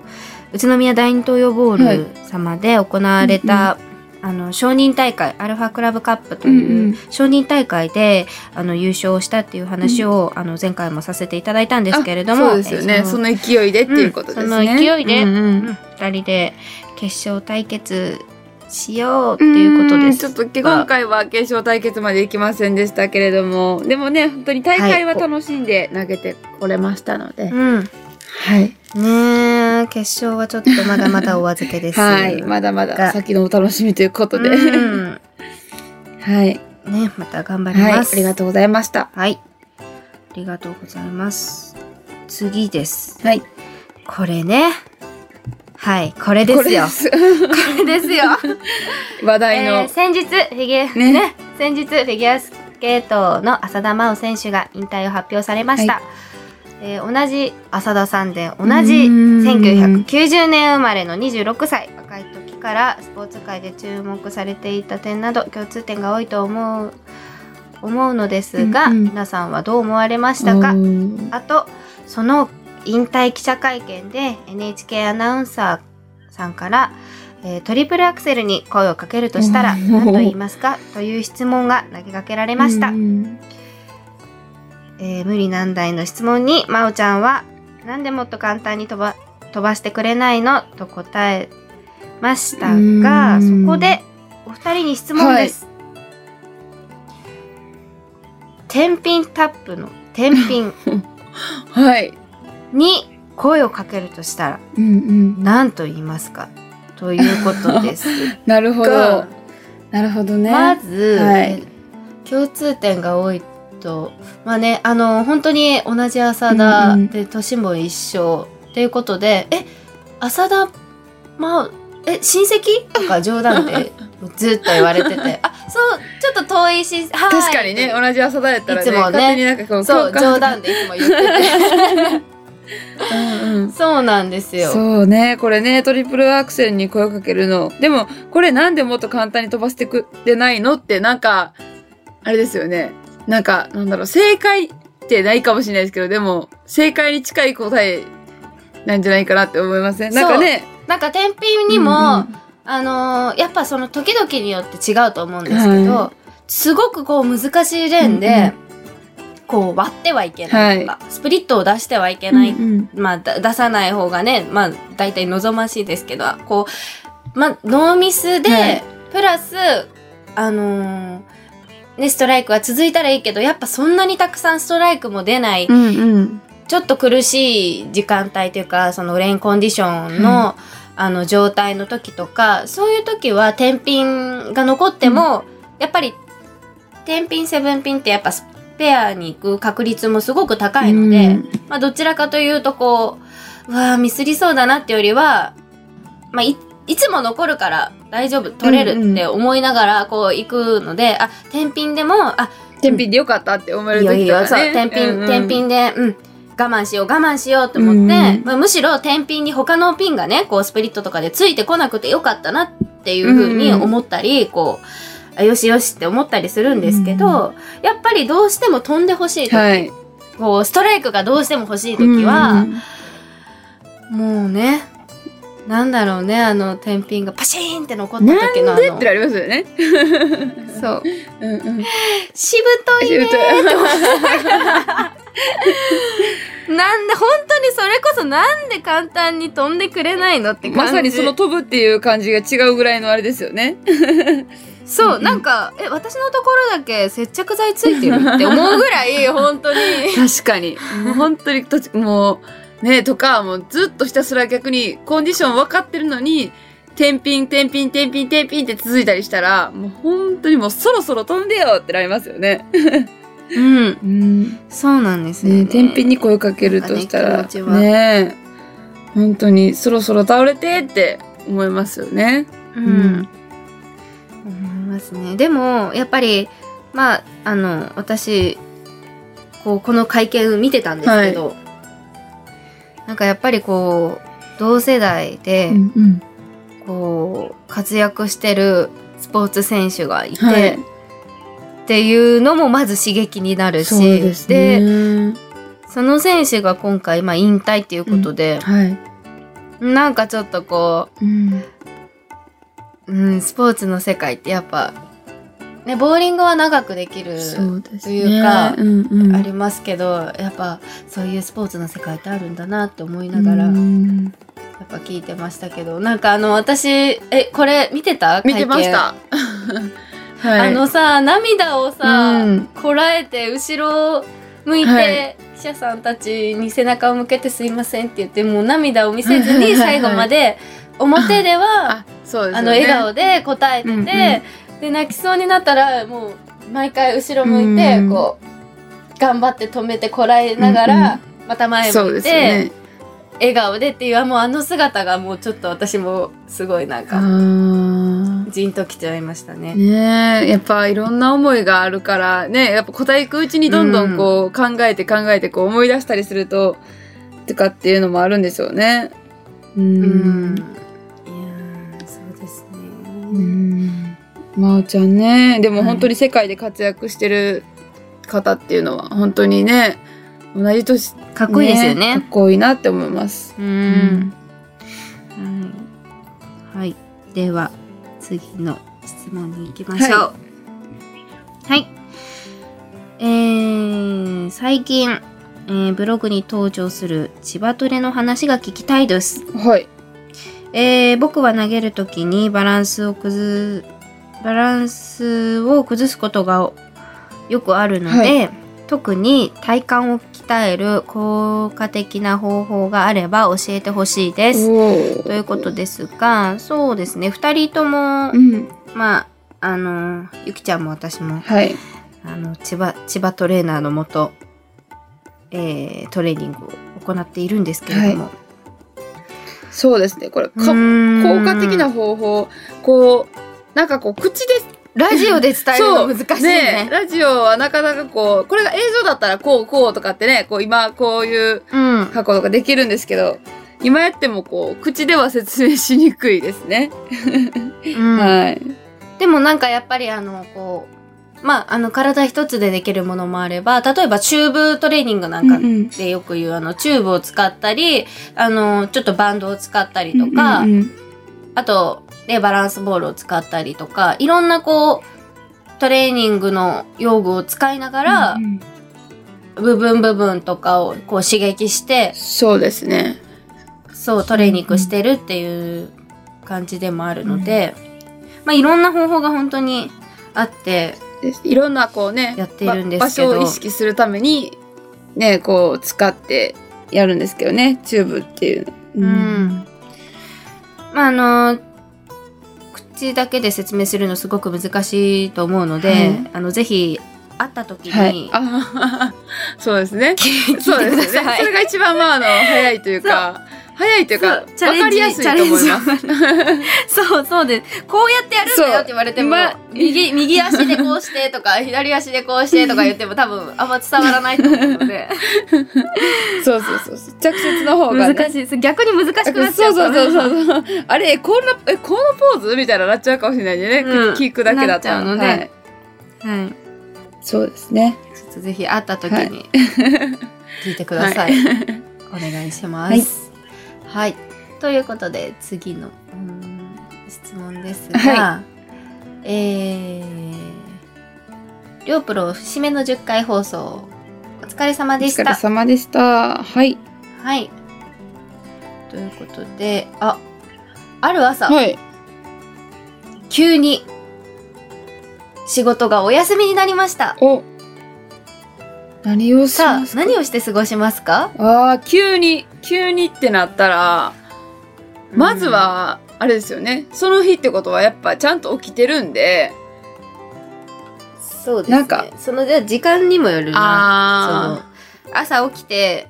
[SPEAKER 1] 宇都宮第二東洋ボ
[SPEAKER 2] はい
[SPEAKER 1] ール様で行われた、あの、承認大会、アルファクラブカップと
[SPEAKER 2] うんう
[SPEAKER 1] い
[SPEAKER 2] ん
[SPEAKER 1] う承認大会で、あの、優勝したっていう話を、あの、前回もさせていただいたんですけれども、
[SPEAKER 2] あそうですよ
[SPEAKER 1] え
[SPEAKER 2] ね
[SPEAKER 1] ー
[SPEAKER 2] その勢いでっていうことですね、
[SPEAKER 1] うんその勢いで
[SPEAKER 2] うんうん
[SPEAKER 1] 2人で決勝対決しようっていうこと
[SPEAKER 2] う
[SPEAKER 1] で
[SPEAKER 2] ん
[SPEAKER 1] す。
[SPEAKER 2] ちょっと今回は決勝対決までいきませんでしたけれどもでもね本当に大会は楽しんで投げてこれましたので、
[SPEAKER 1] うん、
[SPEAKER 2] はい
[SPEAKER 1] ねえ決勝はちょっとまだまだお預けです。
[SPEAKER 2] はいまだまだ
[SPEAKER 1] が
[SPEAKER 2] 先のお楽しみということで、
[SPEAKER 1] うん
[SPEAKER 2] はい
[SPEAKER 1] ねまた頑張り
[SPEAKER 2] はい
[SPEAKER 1] ま
[SPEAKER 2] あ
[SPEAKER 1] す。
[SPEAKER 2] りがとうございました
[SPEAKER 1] はい。りがとうございます。次です。
[SPEAKER 2] はい。
[SPEAKER 1] これね。はい、これですよ。
[SPEAKER 2] す。
[SPEAKER 1] これですよ。
[SPEAKER 2] 話題の。
[SPEAKER 1] えー先日フィギュア、ね
[SPEAKER 2] ね
[SPEAKER 1] 先日フィギュアスケートの浅田真央選手が引退を発表されました、えー同じ浅田さんで同じ
[SPEAKER 2] うーん
[SPEAKER 1] 1990年生まれの26歳若い時からスポーツ界で注目されていた点など共通点が多いと思う思うのですが、
[SPEAKER 2] うんうん
[SPEAKER 1] 皆さんはどう思われましたか
[SPEAKER 2] おー
[SPEAKER 1] あとその引退記者会見で NHK アナウンサーさんから、えートリプルアクセルに声をかけるとしたら
[SPEAKER 2] おー
[SPEAKER 1] 何と言いますか という質問が投げかけられました、
[SPEAKER 2] うん
[SPEAKER 1] えー無理難題の質問に真央ちゃんは「なんでもっと簡単に飛ば飛ばしてくれないの?」と答えましたが
[SPEAKER 2] う
[SPEAKER 1] そ
[SPEAKER 2] ん
[SPEAKER 1] こでお二人に質問です、天品タップの天品
[SPEAKER 2] はい。
[SPEAKER 1] に声をかけるとしたら
[SPEAKER 2] うんうん。
[SPEAKER 1] 何と言いますかということ です
[SPEAKER 2] なるほど
[SPEAKER 1] が。、
[SPEAKER 2] なるほどね。
[SPEAKER 1] まず、
[SPEAKER 2] はい
[SPEAKER 1] 共通点が多いとまあねあの本当に同じ浅田
[SPEAKER 2] うんうん
[SPEAKER 1] で年も一緒っていうことで、え浅田まあえ親戚とか冗談でずっと言われて てあそうちょっと遠い親戚はーい
[SPEAKER 2] 確かにね、同じ朝だやったらね、
[SPEAKER 1] いつもね
[SPEAKER 2] 勝手になんかこう、
[SPEAKER 1] そう
[SPEAKER 2] 共
[SPEAKER 1] 冗
[SPEAKER 2] 感
[SPEAKER 1] 談でいつも言って
[SPEAKER 2] うんうん
[SPEAKER 1] てそうなんですよ
[SPEAKER 2] そうね、これね、トリプルアクセルに声をかけるの。でも、これなんでもっと簡単に飛ばしてくれないのって、なんか、あれですよね。なんか、なんだろう、正解ってないかもしれないですけど、でも、正解に近い答えなんじゃないかなって思いません、なんかね。
[SPEAKER 1] なんか天品にも、あのーやっぱその時々によって違うと思うんですけど、
[SPEAKER 2] は
[SPEAKER 1] すごくこう難しいレーンで、こう割ってはいけないとか、スプリットを出してはいけ
[SPEAKER 2] うんうん、
[SPEAKER 1] ない、
[SPEAKER 2] うんうん
[SPEAKER 1] まあだ出さない方がねまあ大体望ましいですけどこう、まあ、ノーミスで、
[SPEAKER 2] はい
[SPEAKER 1] プラスあのーね、ストライクは続いたらいいけどやっぱそんなにたくさんストライクも出ない
[SPEAKER 2] うんうん。
[SPEAKER 1] ちょっと苦しい時間帯というかそのレインコンディションの,、あの状態の時とかそういう時は天品が残っても、やっぱり天品セブンピンってやっぱスペアに行く確率もすごく高いので、
[SPEAKER 2] うん
[SPEAKER 1] まあ、どちらかというとこううわーミスりそうだなってよりは、まあ、いいつも残るから大丈夫取れるって思いながらこう行くので、あ天品でもあ
[SPEAKER 2] 天秤でよかったって思え
[SPEAKER 1] いいよ
[SPEAKER 2] る
[SPEAKER 1] いい
[SPEAKER 2] 時とか
[SPEAKER 1] よ、
[SPEAKER 2] ね。
[SPEAKER 1] そう、天
[SPEAKER 2] う
[SPEAKER 1] 品、
[SPEAKER 2] んうん
[SPEAKER 1] 天品で、うん。我慢しよう、我慢しようと思って、
[SPEAKER 2] うん
[SPEAKER 1] まあ、むしろ天品に他のピンがね、こう、スプリットとかでついてこなくてよかったなっていうふうに思ったり、こう、あよしよしって思ったりするんですけど、やっぱりどうしても飛んでほしい時、
[SPEAKER 2] はい。
[SPEAKER 1] こう、ストライクがどうしても欲しい時は、
[SPEAKER 2] うん
[SPEAKER 1] もうね、なんだろうね、あの、天品がパシーンって残った
[SPEAKER 2] なん
[SPEAKER 1] 時のあ
[SPEAKER 2] でっ
[SPEAKER 1] の
[SPEAKER 2] て、なりますよね。
[SPEAKER 1] そう、
[SPEAKER 2] うんうん。
[SPEAKER 1] しぶといねーなんで本当にそれこそなんで簡単に飛んでくれないのって感じ
[SPEAKER 2] まさにその飛ぶっていう感じが違うぐらいのあれですよね。
[SPEAKER 1] そう、
[SPEAKER 2] うん
[SPEAKER 1] なんかえ私のところだけ接着剤ついてるって思うぐら い本当に
[SPEAKER 2] 確かに。もう本当にとち、もう、ね、とか、もうずっとひたすら逆にコンディション分かってるのに、天品、天品、天品、天品って続いたりしたら、もう本当にもうそろそろ飛んでよってなりますよね。
[SPEAKER 1] うん
[SPEAKER 2] うん。
[SPEAKER 1] そうなんですよね
[SPEAKER 2] ね、天秤に声かけるとした
[SPEAKER 1] な
[SPEAKER 2] ら、
[SPEAKER 1] んかね気持ちは
[SPEAKER 2] ねえ本当にそろそろ倒れてって思いますよね。
[SPEAKER 1] う、
[SPEAKER 2] うん
[SPEAKER 1] 思いますねでもやっぱりまああの私こうこの会見見てたんですけど、なんかやっぱりこう同世代で、
[SPEAKER 2] うんうん
[SPEAKER 1] こう活躍してるスポーツ選手がいて、
[SPEAKER 2] はい
[SPEAKER 1] っていうのもまず刺激になるし
[SPEAKER 2] そうですね。
[SPEAKER 1] その選手が今回、まあ、引退っていうことで、
[SPEAKER 2] はい。
[SPEAKER 1] なんかちょっとこ
[SPEAKER 2] うん
[SPEAKER 1] う、うん、スポーツの世界ってやっぱ、ね、ボーリングは長くできる
[SPEAKER 2] そうです
[SPEAKER 1] というか
[SPEAKER 2] うんうん、
[SPEAKER 1] ありますけどやっぱそういうスポーツの世界ってあるんだなって思いながら、
[SPEAKER 2] う
[SPEAKER 1] や
[SPEAKER 2] ん
[SPEAKER 1] っぱ聞いてましたけどなんかあの私えこれ見てた
[SPEAKER 2] 見てまし、た。
[SPEAKER 1] 会
[SPEAKER 2] は
[SPEAKER 1] 見あのさ涙をさ、
[SPEAKER 2] うん
[SPEAKER 1] こらえて後ろを向いて、
[SPEAKER 2] はい
[SPEAKER 1] 記者さんたちに背中を向けて「すいません」って言ってもう涙を見せず
[SPEAKER 2] はいはい
[SPEAKER 1] に
[SPEAKER 2] はいはい
[SPEAKER 1] 最後まで表では
[SPEAKER 2] あ、そうです
[SPEAKER 1] あ
[SPEAKER 2] よ
[SPEAKER 1] の
[SPEAKER 2] ね。
[SPEAKER 1] 笑顔で答えてて、
[SPEAKER 2] うんうん
[SPEAKER 1] で泣きそうになったらもう毎回後ろ向いて
[SPEAKER 2] うん
[SPEAKER 1] こう頑張って止めてこらえながら、また前
[SPEAKER 2] そう
[SPEAKER 1] 向
[SPEAKER 2] で
[SPEAKER 1] い
[SPEAKER 2] す
[SPEAKER 1] て、
[SPEAKER 2] よね。
[SPEAKER 1] 笑顔でっていうもうあの姿がもうちょっと私もすごいなん
[SPEAKER 2] あ
[SPEAKER 1] か
[SPEAKER 2] ー
[SPEAKER 1] ジンときちゃいましたね。
[SPEAKER 2] ねえ、やっぱいろんな思いがあるから、ね、やっぱ答えいくうちにどんどんこう考えて考えてこう思い出したりすると、とかっていうのもあるんでしょうね。う。
[SPEAKER 1] うんいやーそうです
[SPEAKER 2] う
[SPEAKER 1] ね。
[SPEAKER 2] ん。まおちゃんね、でも
[SPEAKER 1] はい
[SPEAKER 2] 本当に世界で活躍してる方っていうのは本当にね、同じ年、かっ
[SPEAKER 1] かっこいいですよ
[SPEAKER 2] かっこいいなって思います。
[SPEAKER 1] う。
[SPEAKER 2] うん
[SPEAKER 1] はい、はい、では次の質問に行きましょうはい、えー、最近、えーブログに登場する千葉トレの話が聞きたいです
[SPEAKER 2] はい。
[SPEAKER 1] えー僕は投げるときにバランスを崩バランスを崩すことがよくあるので、
[SPEAKER 2] は
[SPEAKER 1] 特に体幹を鍛える効果的な方法があれば教えてほしいです。
[SPEAKER 2] お
[SPEAKER 1] ということですがそうですね2人とも、
[SPEAKER 2] うん。
[SPEAKER 1] まああのゆきちゃんも私も
[SPEAKER 2] はい。
[SPEAKER 1] あの千葉千葉トレーナーのもと、えートレーニングを行っているんですけれども、
[SPEAKER 2] そうですね、これ、か
[SPEAKER 1] うーん
[SPEAKER 2] 効果的な方法こうなんかこう口で
[SPEAKER 1] ラジオで伝えるの難しいね。
[SPEAKER 2] ラジオはなかなかこうこれが映像だったらこうこうとかってねこう今こういう
[SPEAKER 1] うん。
[SPEAKER 2] 過去とかできるんですけど今やってもこう口では説明しにくいですね。
[SPEAKER 1] うん
[SPEAKER 2] はい。
[SPEAKER 1] でもなんかやっぱりあの、こう、まあ、あの、体一つでできるものもあれば、例えばチューブトレーニングなんか
[SPEAKER 2] うん
[SPEAKER 1] でよく言う、あの、チューブを使ったり、あの、ちょっとバンドを使ったりとか、
[SPEAKER 2] うんうん
[SPEAKER 1] あと、ね、バランスボールを使ったりとか、いろんなこう、トレーニングの用具を使いながら、
[SPEAKER 2] うん
[SPEAKER 1] 部分部分とかをこう刺激して、
[SPEAKER 2] そうですね。
[SPEAKER 1] そう、トレーニングしてるっていう感じでもあるので、まあいろんな方法が本当にあって、
[SPEAKER 2] ですいろんなこうね
[SPEAKER 1] やってるんですけど
[SPEAKER 2] ば場所を意識するためにねこう使ってやるんですけどねチューブっていうの。
[SPEAKER 1] うんまああの、口だけで説明するのすごく難しいと思うので、
[SPEAKER 2] はい
[SPEAKER 1] あの、ぜひ会った時に、
[SPEAKER 2] はい。あ そうですね。
[SPEAKER 1] 聞いて
[SPEAKER 2] そうで
[SPEAKER 1] くだ
[SPEAKER 2] すね。
[SPEAKER 1] さ
[SPEAKER 2] それ
[SPEAKER 1] い。
[SPEAKER 2] が一番まああの早いというか、早いというかわ
[SPEAKER 1] そうチャレンジ
[SPEAKER 2] かりやすいと思い
[SPEAKER 1] チャレン
[SPEAKER 2] ます。
[SPEAKER 1] そうそうです。こうやってやるんだよって言われても、
[SPEAKER 2] そうま
[SPEAKER 1] 右、右足でこうしてとか、 左足でこうしてとか言っても多分あんま伝わらないと思うので、
[SPEAKER 2] そうそうそう そう。着接の方が、ね、
[SPEAKER 1] 難しいです。逆に難しくなっち
[SPEAKER 2] そ
[SPEAKER 1] ゃ
[SPEAKER 2] う
[SPEAKER 1] うから
[SPEAKER 2] そうそうそうそう。あれえこんなえこのポーズみたいななっちゃうかもしれないんでね。
[SPEAKER 1] うん
[SPEAKER 2] 聞くだけだったら
[SPEAKER 1] なっちゃうので
[SPEAKER 2] はい
[SPEAKER 1] はい。
[SPEAKER 2] そうですね。
[SPEAKER 1] ちょっとぜひ会った時 に聞いてください。お願いします。はい、ということで次のうーん質問ですが、
[SPEAKER 2] は
[SPEAKER 1] えー、りょうプロ節目の10回放送お疲れ様
[SPEAKER 2] お
[SPEAKER 1] でし
[SPEAKER 2] 疲
[SPEAKER 1] た
[SPEAKER 2] れ。様でした。はい
[SPEAKER 1] はい。ということで、あ、ある朝、
[SPEAKER 2] はい。
[SPEAKER 1] 急に仕事がお休みになりました。
[SPEAKER 2] お何をし
[SPEAKER 1] さ
[SPEAKER 2] ま
[SPEAKER 1] あ
[SPEAKER 2] す、か。
[SPEAKER 1] 何をして過ごしますか
[SPEAKER 2] ああ急に急にってなったら。まず、は、あれですよね。その日ってことはやっぱちゃんと起きてるんで、
[SPEAKER 1] そうですね。
[SPEAKER 2] なんか
[SPEAKER 1] そのじゃあ時間にもよるな。
[SPEAKER 2] あ
[SPEAKER 1] その朝起きて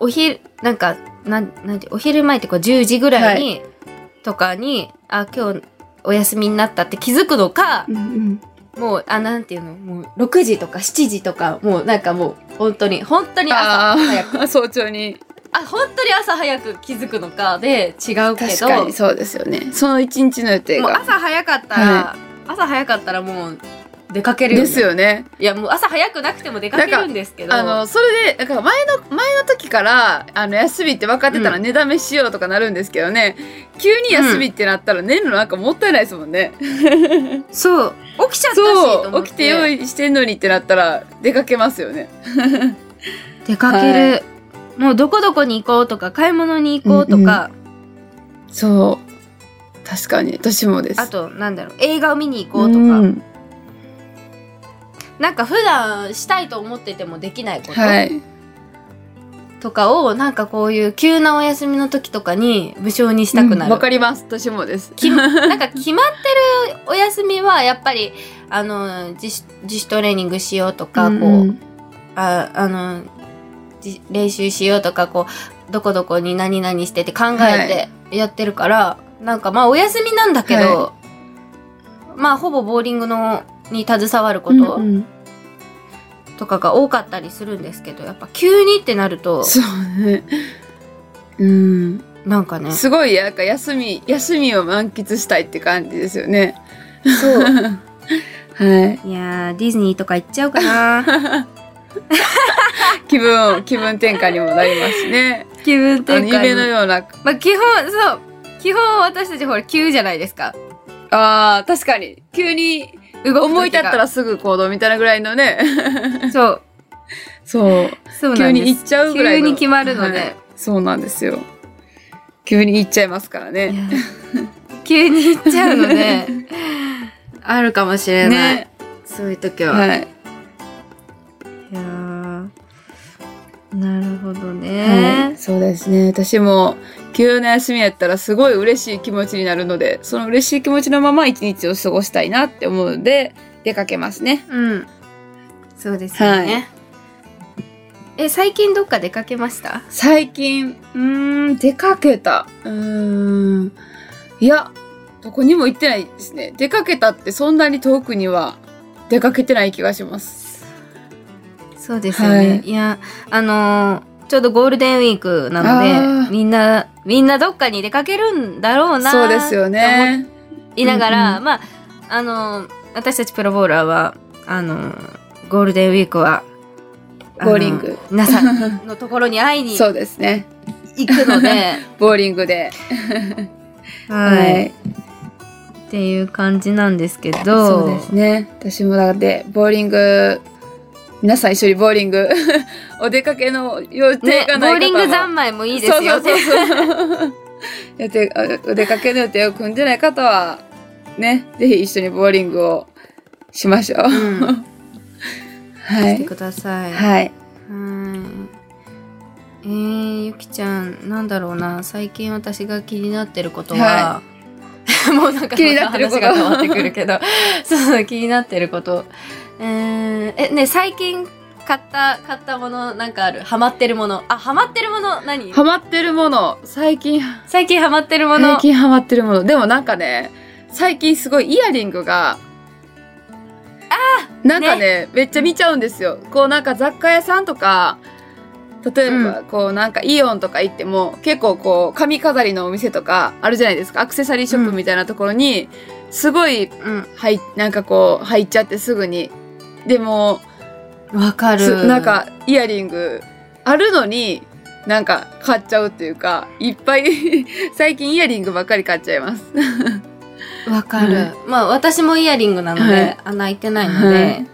[SPEAKER 1] お昼なんかなんなんてお昼前ってこう10時ぐらいに、とかにあ今日お休みになったって気づくのか
[SPEAKER 2] あ、うんうん、
[SPEAKER 1] もうあなんていうのもう6時とか7時とかもうなんかもう本当に本当に朝
[SPEAKER 2] あ
[SPEAKER 1] 早く
[SPEAKER 2] ー早朝に
[SPEAKER 1] あ本当に朝早く気づくのかで違うけ
[SPEAKER 2] 確
[SPEAKER 1] ど
[SPEAKER 2] かにそうですよね。その一日の予定
[SPEAKER 1] もう
[SPEAKER 2] が
[SPEAKER 1] 朝早かったら、
[SPEAKER 2] は
[SPEAKER 1] 朝早かったらもう出かけるよ、ね、
[SPEAKER 2] ですよね。
[SPEAKER 1] いやもう朝早くなくても出かけるんですけど
[SPEAKER 2] あのそれでなんか前の前の時からあの休みって分かってたら
[SPEAKER 1] うん
[SPEAKER 2] 寝だめしようとかなるんですけどね。急に休みってなったら寝るのなんかもったいないですもんね。
[SPEAKER 1] そう起きちゃったしと
[SPEAKER 2] そ
[SPEAKER 1] 思っ
[SPEAKER 2] う
[SPEAKER 1] て
[SPEAKER 2] 起きて用意してんのにってなったら出かけますよね。
[SPEAKER 1] 出かける、もうどこどこに行こうとか買い物に行こうとか、
[SPEAKER 2] そう確かに私もです。
[SPEAKER 1] あとなんだろう映画を見に行こうとか、
[SPEAKER 2] うん
[SPEAKER 1] なんか普段したいと思っててもできないこと
[SPEAKER 2] はい。
[SPEAKER 1] とかを、なんかこういう急なお休みの時とかに無償にしたくな
[SPEAKER 2] うん
[SPEAKER 1] る。
[SPEAKER 2] わかります私もです
[SPEAKER 1] きなんか決まってるお休みはやっぱりあの自主自主トレーニングしようとか、こうああのじ練習しようとかこうどこどこに何々してって考えてやってるから、なんかまあお休みなんだけど、まあほぼボーリングのに携わること
[SPEAKER 2] うんうん
[SPEAKER 1] とかが多かったりするんですけど、やっぱ急にってなると
[SPEAKER 2] そうね。うん。
[SPEAKER 1] なんかね
[SPEAKER 2] すごい、なんか休み、休みを満喫したいって感じですよね。
[SPEAKER 1] そう
[SPEAKER 2] はい。
[SPEAKER 1] いやーディズニーとか行っちゃうか な
[SPEAKER 2] 気分を、気分転換にもなりますしね。
[SPEAKER 1] 気分
[SPEAKER 2] あ
[SPEAKER 1] 転
[SPEAKER 2] の夢の
[SPEAKER 1] 換に
[SPEAKER 2] ような。
[SPEAKER 1] まあ基本そう基本私たちほら急じゃないですか
[SPEAKER 2] ああ、確かに。急に
[SPEAKER 1] 動く時が
[SPEAKER 2] 思い立ったらすぐ行動みたいなぐらいのね。
[SPEAKER 1] そう
[SPEAKER 2] そう。
[SPEAKER 1] そうな
[SPEAKER 2] 急
[SPEAKER 1] んです
[SPEAKER 2] に行っちゃうぐらいの
[SPEAKER 1] 急に決まるので
[SPEAKER 2] はいそうなんですよ急に行っちゃいますから
[SPEAKER 1] い
[SPEAKER 2] ね
[SPEAKER 1] や急に行っちゃうので あるかもしれない、
[SPEAKER 2] ね
[SPEAKER 1] そういう時は、い、
[SPEAKER 2] はい、
[SPEAKER 1] やーなるほどね、
[SPEAKER 2] そうですね私も急な休みやったらすごい嬉しい気持ちになるのでその嬉しい気持ちのまま一日を過ごしたいなって思うので出かけますね
[SPEAKER 1] うんそうですよね、え最近どっか出かけました
[SPEAKER 2] 最近うーん出かけたうーんいやどこにも行ってないですね出かけたってそんなに遠くには出かけてない気がします
[SPEAKER 1] そうですよね、
[SPEAKER 2] はい
[SPEAKER 1] い、やあのーちょうどゴールデンウィークな
[SPEAKER 2] あ
[SPEAKER 1] の
[SPEAKER 2] ー
[SPEAKER 1] でみんなみんなどっかに出かけるんだろうな
[SPEAKER 2] そうですよ
[SPEAKER 1] って思
[SPEAKER 2] ね
[SPEAKER 1] いながら、
[SPEAKER 2] うんう
[SPEAKER 1] まああの私たちプロボウラーはあのゴールデンウィークはあの
[SPEAKER 2] ボーリング
[SPEAKER 1] 皆さんのところに会いに
[SPEAKER 2] そ
[SPEAKER 1] 行
[SPEAKER 2] うですね
[SPEAKER 1] くの で、
[SPEAKER 2] ボーリングで
[SPEAKER 1] は、
[SPEAKER 2] はいい、
[SPEAKER 1] っていう感じなんですけど
[SPEAKER 2] そうですね私もだってボーリング皆さん一緒にボーリング お出かけの予定
[SPEAKER 1] ね
[SPEAKER 2] が
[SPEAKER 1] ボ
[SPEAKER 2] ない方は
[SPEAKER 1] ーリング三昧もいいですよ
[SPEAKER 2] そうそうそうそう予定おお出かけの予定を組んでない方はね ぜひ一緒にボーリングをしましょう、
[SPEAKER 1] うん
[SPEAKER 2] は
[SPEAKER 1] して
[SPEAKER 2] い
[SPEAKER 1] ください、はい
[SPEAKER 2] はい
[SPEAKER 1] えー、ゆきちゃんなんだろうな最近私が気になってることは、
[SPEAKER 2] は
[SPEAKER 1] もうなんか
[SPEAKER 2] 気になってること
[SPEAKER 1] また話が変わってくるけ どそうそう気になってることえー、えね最近買った買ったものなんかあるハマってるものあハマってるもの何
[SPEAKER 2] ハマってるもの最近
[SPEAKER 1] 最近ハマってるもの
[SPEAKER 2] 最近ハマってるものでもなんかね最近すごいイヤリングがなんかねめっちゃ見ちゃうんですよこうなんか雑貨屋さんとか例えばこうなんかイオンとか行っても結構こう髪飾りのお店とかあるじゃないですかアクセサリーショップみたいなところにすごい
[SPEAKER 1] うん
[SPEAKER 2] 入っなんかこう入っちゃってすぐにでも
[SPEAKER 1] わか
[SPEAKER 2] す
[SPEAKER 1] る
[SPEAKER 2] なんかイヤリングあるのになんか買っちゃうっていうかいっぱい 最近イヤリングばっかり買っちゃいます。
[SPEAKER 1] わかる、まあ私もイヤリングなので、
[SPEAKER 2] はい
[SPEAKER 1] 穴開いてないので、
[SPEAKER 2] はい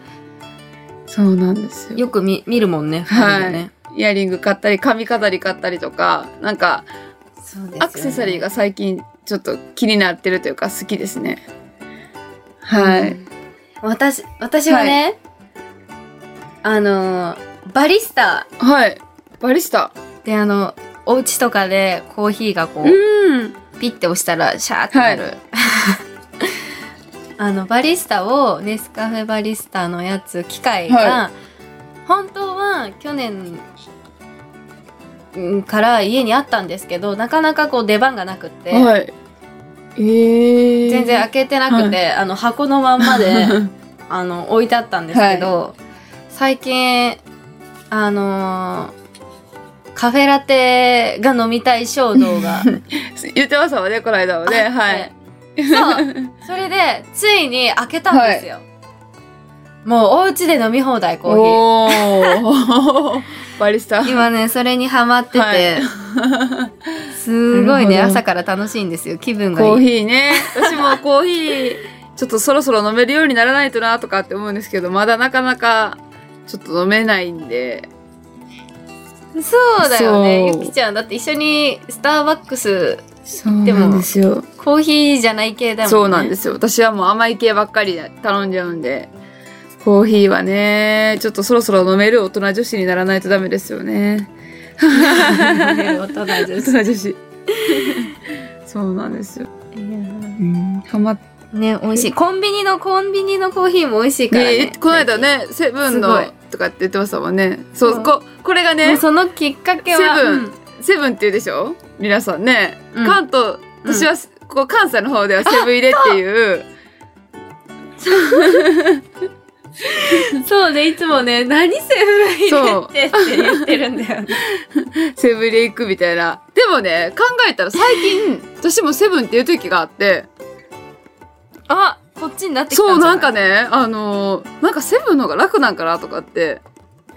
[SPEAKER 2] そうなんですよ。
[SPEAKER 1] よく見見るもんね
[SPEAKER 2] はい
[SPEAKER 1] 二人でね、
[SPEAKER 2] イヤリング買ったり髪飾り買ったりとかなんか
[SPEAKER 1] そうですよね
[SPEAKER 2] アクセサリーが最近ちょっと気になってるというか好きですね。はい。
[SPEAKER 1] 私私はね、あのバリスタ
[SPEAKER 2] はい。バリスタ。
[SPEAKER 1] であのお家とかでコーヒーがこう、
[SPEAKER 2] うん。
[SPEAKER 1] ピッて押したらシャーってなる、
[SPEAKER 2] は
[SPEAKER 1] あのバリスタをネスカフェバリスタのやつ機械が、
[SPEAKER 2] は
[SPEAKER 1] 本当は去年うんから家にあったんですけどなかなかこう出番がなくって、
[SPEAKER 2] はい。ええー。
[SPEAKER 1] 全然開けてなくて、あの箱のまんま であの置いてあったんですけど、最近あのーカフェラテが飲みたい衝動 が
[SPEAKER 2] 言ってましたもんねこの間もねはい。
[SPEAKER 1] でそうそれでついに開けたんですよ、もうお家で飲み放題コー
[SPEAKER 2] おお。 バリス タ。
[SPEAKER 1] ヒー今ねそれにハマってて、
[SPEAKER 2] はい
[SPEAKER 1] すごいね
[SPEAKER 2] なるほど
[SPEAKER 1] 朝から楽しいんですよ気分がいい
[SPEAKER 2] コーヒーね。私もコーヒー、ちょっとそろそろ飲めるようにならないとなとかって思うんですけど、まだなかなかちょっと飲めないんで。
[SPEAKER 1] そうだよね
[SPEAKER 2] そう
[SPEAKER 1] ゆきちゃんだって一緒にスターバックス
[SPEAKER 2] そう
[SPEAKER 1] でもなんです
[SPEAKER 2] よ。
[SPEAKER 1] コーヒーじゃない系だもんね
[SPEAKER 2] そうな んですよ。私はもう甘い系ばっかり頼んじゃうんで。コーヒーはね、ちょっとそろそろ飲める大人女子にならないとダメですよね。
[SPEAKER 1] 大人
[SPEAKER 2] 大
[SPEAKER 1] です。
[SPEAKER 2] 人女子。そうなんですよ。うん。ハマっ
[SPEAKER 1] ね、美味しい。コンビニのコンビニのコーヒーも美味しいからね。
[SPEAKER 2] ね、この間ね、セブン
[SPEAKER 1] すご
[SPEAKER 2] の
[SPEAKER 1] い
[SPEAKER 2] とかって言ってましたもんね。そう、
[SPEAKER 1] そう
[SPEAKER 2] ここれが
[SPEAKER 1] もう
[SPEAKER 2] ね
[SPEAKER 1] そのきっかけは
[SPEAKER 2] セブン
[SPEAKER 1] うん
[SPEAKER 2] セブンって言うでしょ皆さんね、
[SPEAKER 1] うん
[SPEAKER 2] 関東
[SPEAKER 1] うん
[SPEAKER 2] 私は、こう関西の方ではセブン入れっていう
[SPEAKER 1] そうね、いつもね、何セブン入れてって言ってるんだよ ね。
[SPEAKER 2] セブン入れ行くみたいなでもね考えたら最近私もセブンっていう時があって
[SPEAKER 1] あ、こっちになってきた
[SPEAKER 2] そうなんか
[SPEAKER 1] ね。
[SPEAKER 2] ねあのーなんかセブンの方が楽なんかなとかって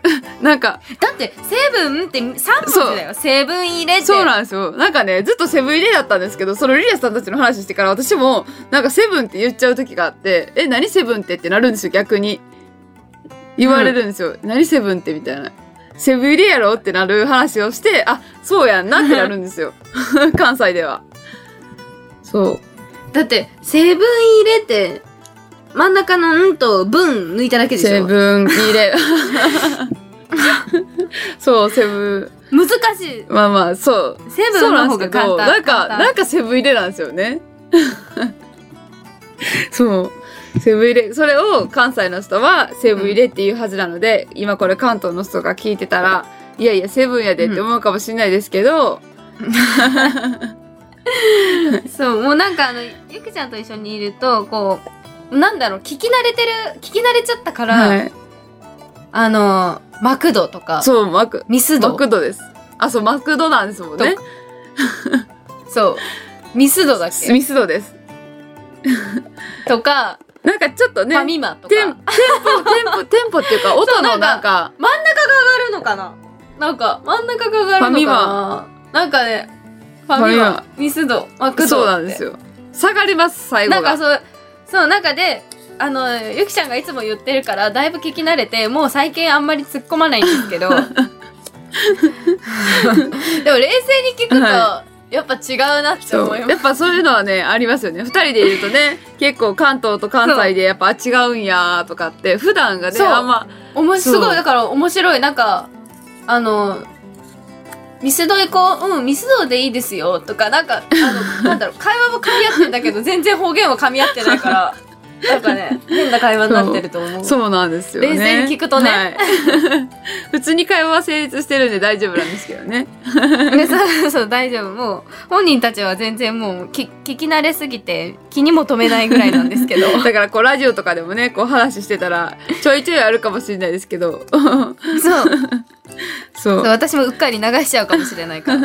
[SPEAKER 2] なんか
[SPEAKER 1] だって、セブンって3文字だよ。セブン入れって。
[SPEAKER 2] そうなんですよなんかねずっとセブン入れだったんですけどそのリリアさんたちの話してから私もなんかセブンって言っちゃう時があってえ何セブンってってなるんですよ逆に言われるんですよ、何セブンってみたいなセブン入れやろってなる話をしてあそうやん なってなるんですよ 関西ではそう
[SPEAKER 1] だって、セブン入れって、真ん中のんと文抜いただけでし
[SPEAKER 2] セ
[SPEAKER 1] ょ。
[SPEAKER 2] ブン 入れそうセブ
[SPEAKER 1] 難しい。
[SPEAKER 2] ンまあまあそう
[SPEAKER 1] セブ
[SPEAKER 2] そう
[SPEAKER 1] ン
[SPEAKER 2] な
[SPEAKER 1] の
[SPEAKER 2] んで
[SPEAKER 1] 方
[SPEAKER 2] すけ
[SPEAKER 1] が
[SPEAKER 2] ど
[SPEAKER 1] 簡単。
[SPEAKER 2] なんか
[SPEAKER 1] 簡単
[SPEAKER 2] なんかセブン入れなんですよね そうセブン入れそれを関西の人はセブン入れっていうはずなので、今これ関東の人が聞いてたらいやいやセブンやでって思うかもしれないですけど、
[SPEAKER 1] そう、もうなんかあの、ゆきちゃんと一緒にいると、こう、なんだろう、聞き慣れてる、聞き慣れちゃったから、
[SPEAKER 2] はい、
[SPEAKER 1] あの、マクドとか、
[SPEAKER 2] そうマク
[SPEAKER 1] ミス
[SPEAKER 2] マ
[SPEAKER 1] ド。
[SPEAKER 2] クドですあそうマクドなんですもんね
[SPEAKER 1] そう。ミスドだっけ
[SPEAKER 2] ミスドです
[SPEAKER 1] とか、
[SPEAKER 2] なんかちょっとね
[SPEAKER 1] ファミマとか。
[SPEAKER 2] テンテンポテンポテンポっていうか音のなんか
[SPEAKER 1] 上がるのかななんか真ん中が上がる
[SPEAKER 2] ファミ
[SPEAKER 1] のか
[SPEAKER 2] マ
[SPEAKER 1] ななんかねファミ
[SPEAKER 2] ファミ
[SPEAKER 1] マ
[SPEAKER 2] マ
[SPEAKER 1] ミスドマクドって
[SPEAKER 2] そうなんですよ下がります最後
[SPEAKER 1] な
[SPEAKER 2] が
[SPEAKER 1] んかそうそうなんかであのゆきちゃんがいつも言ってるからだいぶ聞き慣れてもう最近あんまり突っ込まないんですけ どでも冷静に聞くと、
[SPEAKER 2] は
[SPEAKER 1] やっぱ違うなって
[SPEAKER 2] そ
[SPEAKER 1] 思
[SPEAKER 2] う
[SPEAKER 1] いま
[SPEAKER 2] やっぱそういうのはねありますよね二人でいると ね結構関東と関西でやっぱあ違うんやーとかって普段がね
[SPEAKER 1] そう
[SPEAKER 2] あんます
[SPEAKER 1] おもし
[SPEAKER 2] そう
[SPEAKER 1] すごいだから面白いなんかあのミスド行こううんミスドでいいですよとかなんかあ のなんだろう会話も噛み合ってんだけど全然方言は噛み合ってないからなんかね変な会話になってると思う
[SPEAKER 2] そうなんですよね
[SPEAKER 1] 冷静に聞くとね
[SPEAKER 2] はい 普通に会話は成立してるんで大丈夫なんですけど ね
[SPEAKER 1] ねそうそう大丈夫もう本人たちは全然もうき聞き慣れすぎて気にも留めないぐらいなんですけ ど
[SPEAKER 2] だからこうラジオとかでもねこう話してたらちょいちょいあるかもしれないですけど
[SPEAKER 1] そう
[SPEAKER 2] そう
[SPEAKER 1] そう私もうっかり流しちゃうかもしれないから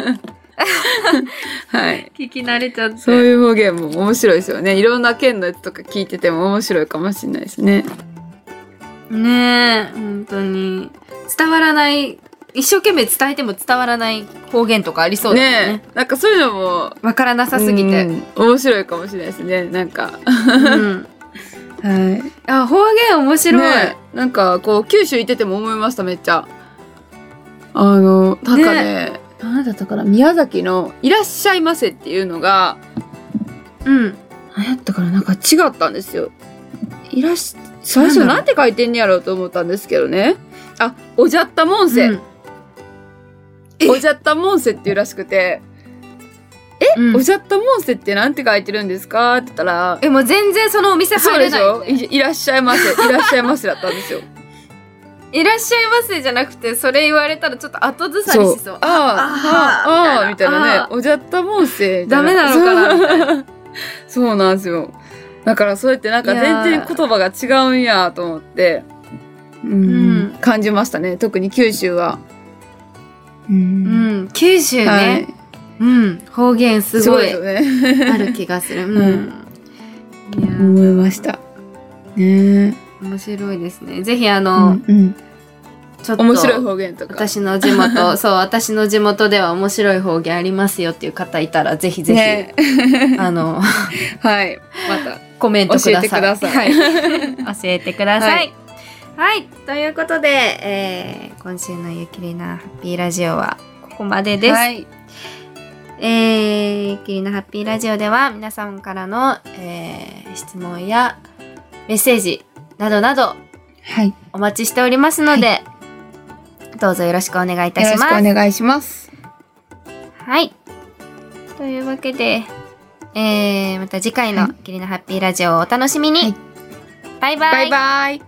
[SPEAKER 2] はい
[SPEAKER 1] 聞き慣れちゃって
[SPEAKER 2] そういう方言も面白いですよねいろんな県のやつとか聞いてても面白いかもしれないですね
[SPEAKER 1] ねえ本当に伝わらない一生懸命伝えても伝わらない方言とかありそうだよね
[SPEAKER 2] ねえなんかそういうのも
[SPEAKER 1] わからなさすぎ
[SPEAKER 2] う
[SPEAKER 1] て、
[SPEAKER 2] ん面白いかもしれないですねなんか
[SPEAKER 1] うん、
[SPEAKER 2] はい
[SPEAKER 1] あ方言面白い、
[SPEAKER 2] ねえなんかこう九州行ってても思いましためっちゃあのなんかね何だったかな宮崎の「いらっしゃいませ」っていうのが
[SPEAKER 1] うん
[SPEAKER 2] 何やったかななんか違ったんですよいらっし最初
[SPEAKER 1] なんだろう
[SPEAKER 2] なんて書いてんねやろうと思ったんですけどねあおじゃったもんせ、
[SPEAKER 1] うん
[SPEAKER 2] おじゃったもんせっていうらしくて
[SPEAKER 1] う
[SPEAKER 2] 「
[SPEAKER 1] ん
[SPEAKER 2] おじゃったもんせってなんて書いてるんですか?」って言ったら
[SPEAKER 1] えもう全然そのお店
[SPEAKER 2] そ
[SPEAKER 1] 入れ
[SPEAKER 2] うでし
[SPEAKER 1] ない
[SPEAKER 2] ょ、
[SPEAKER 1] よね
[SPEAKER 2] いいらっしゃいませ、いらっしゃいませだったんですよ。
[SPEAKER 1] いらっしゃいませじゃなくてそれ言われたらちょっと後ずさり
[SPEAKER 2] そ
[SPEAKER 1] し
[SPEAKER 2] う
[SPEAKER 1] そう。
[SPEAKER 2] ああ、ああ、みたいなね。おじゃったもんせ。みた
[SPEAKER 1] ダ
[SPEAKER 2] い
[SPEAKER 1] メなのかなみ
[SPEAKER 2] な。そうなんですよ。だからそうやってなんか
[SPEAKER 1] いや
[SPEAKER 2] 全
[SPEAKER 1] ー
[SPEAKER 2] 然言葉が違うんやと思って、うん
[SPEAKER 1] うん
[SPEAKER 2] 感じましたね。特に九州は。う。
[SPEAKER 1] うんん九州ね、
[SPEAKER 2] はい。
[SPEAKER 1] うん方言すごい
[SPEAKER 2] すごですよね。
[SPEAKER 1] ある気がする、うん、いやー
[SPEAKER 2] 思いました。ね
[SPEAKER 1] 面白いですねぜひあ
[SPEAKER 2] え。
[SPEAKER 1] の、
[SPEAKER 2] うん
[SPEAKER 1] ちょっと
[SPEAKER 2] 面白い方言とか。
[SPEAKER 1] 私の地 元そう私の地元では面白い方言ありますよっていう方いたらぜひぜひ、
[SPEAKER 2] ね
[SPEAKER 1] あの
[SPEAKER 2] えはい。また。
[SPEAKER 1] コメントください
[SPEAKER 2] 教えてください
[SPEAKER 1] はい、教えてくださ
[SPEAKER 2] はい
[SPEAKER 1] はい、ということで、えー今週のゆきりなハッピーラジオはここまでです、
[SPEAKER 2] はい。
[SPEAKER 1] えー、ゆきりなハッピーラジオでは皆さんからの、えー質問やメッセージなどなど
[SPEAKER 2] はい。
[SPEAKER 1] お待ちしておりますので、どうぞよろしくお願いいた
[SPEAKER 2] よ
[SPEAKER 1] し
[SPEAKER 2] ろしく
[SPEAKER 1] ます
[SPEAKER 2] お願いします。
[SPEAKER 1] はい。というわけで、えー、また次回の
[SPEAKER 2] はい
[SPEAKER 1] 「キリのハッピーラジオ」をお楽しみに、
[SPEAKER 2] はい
[SPEAKER 1] バイバイ
[SPEAKER 2] バイバイ。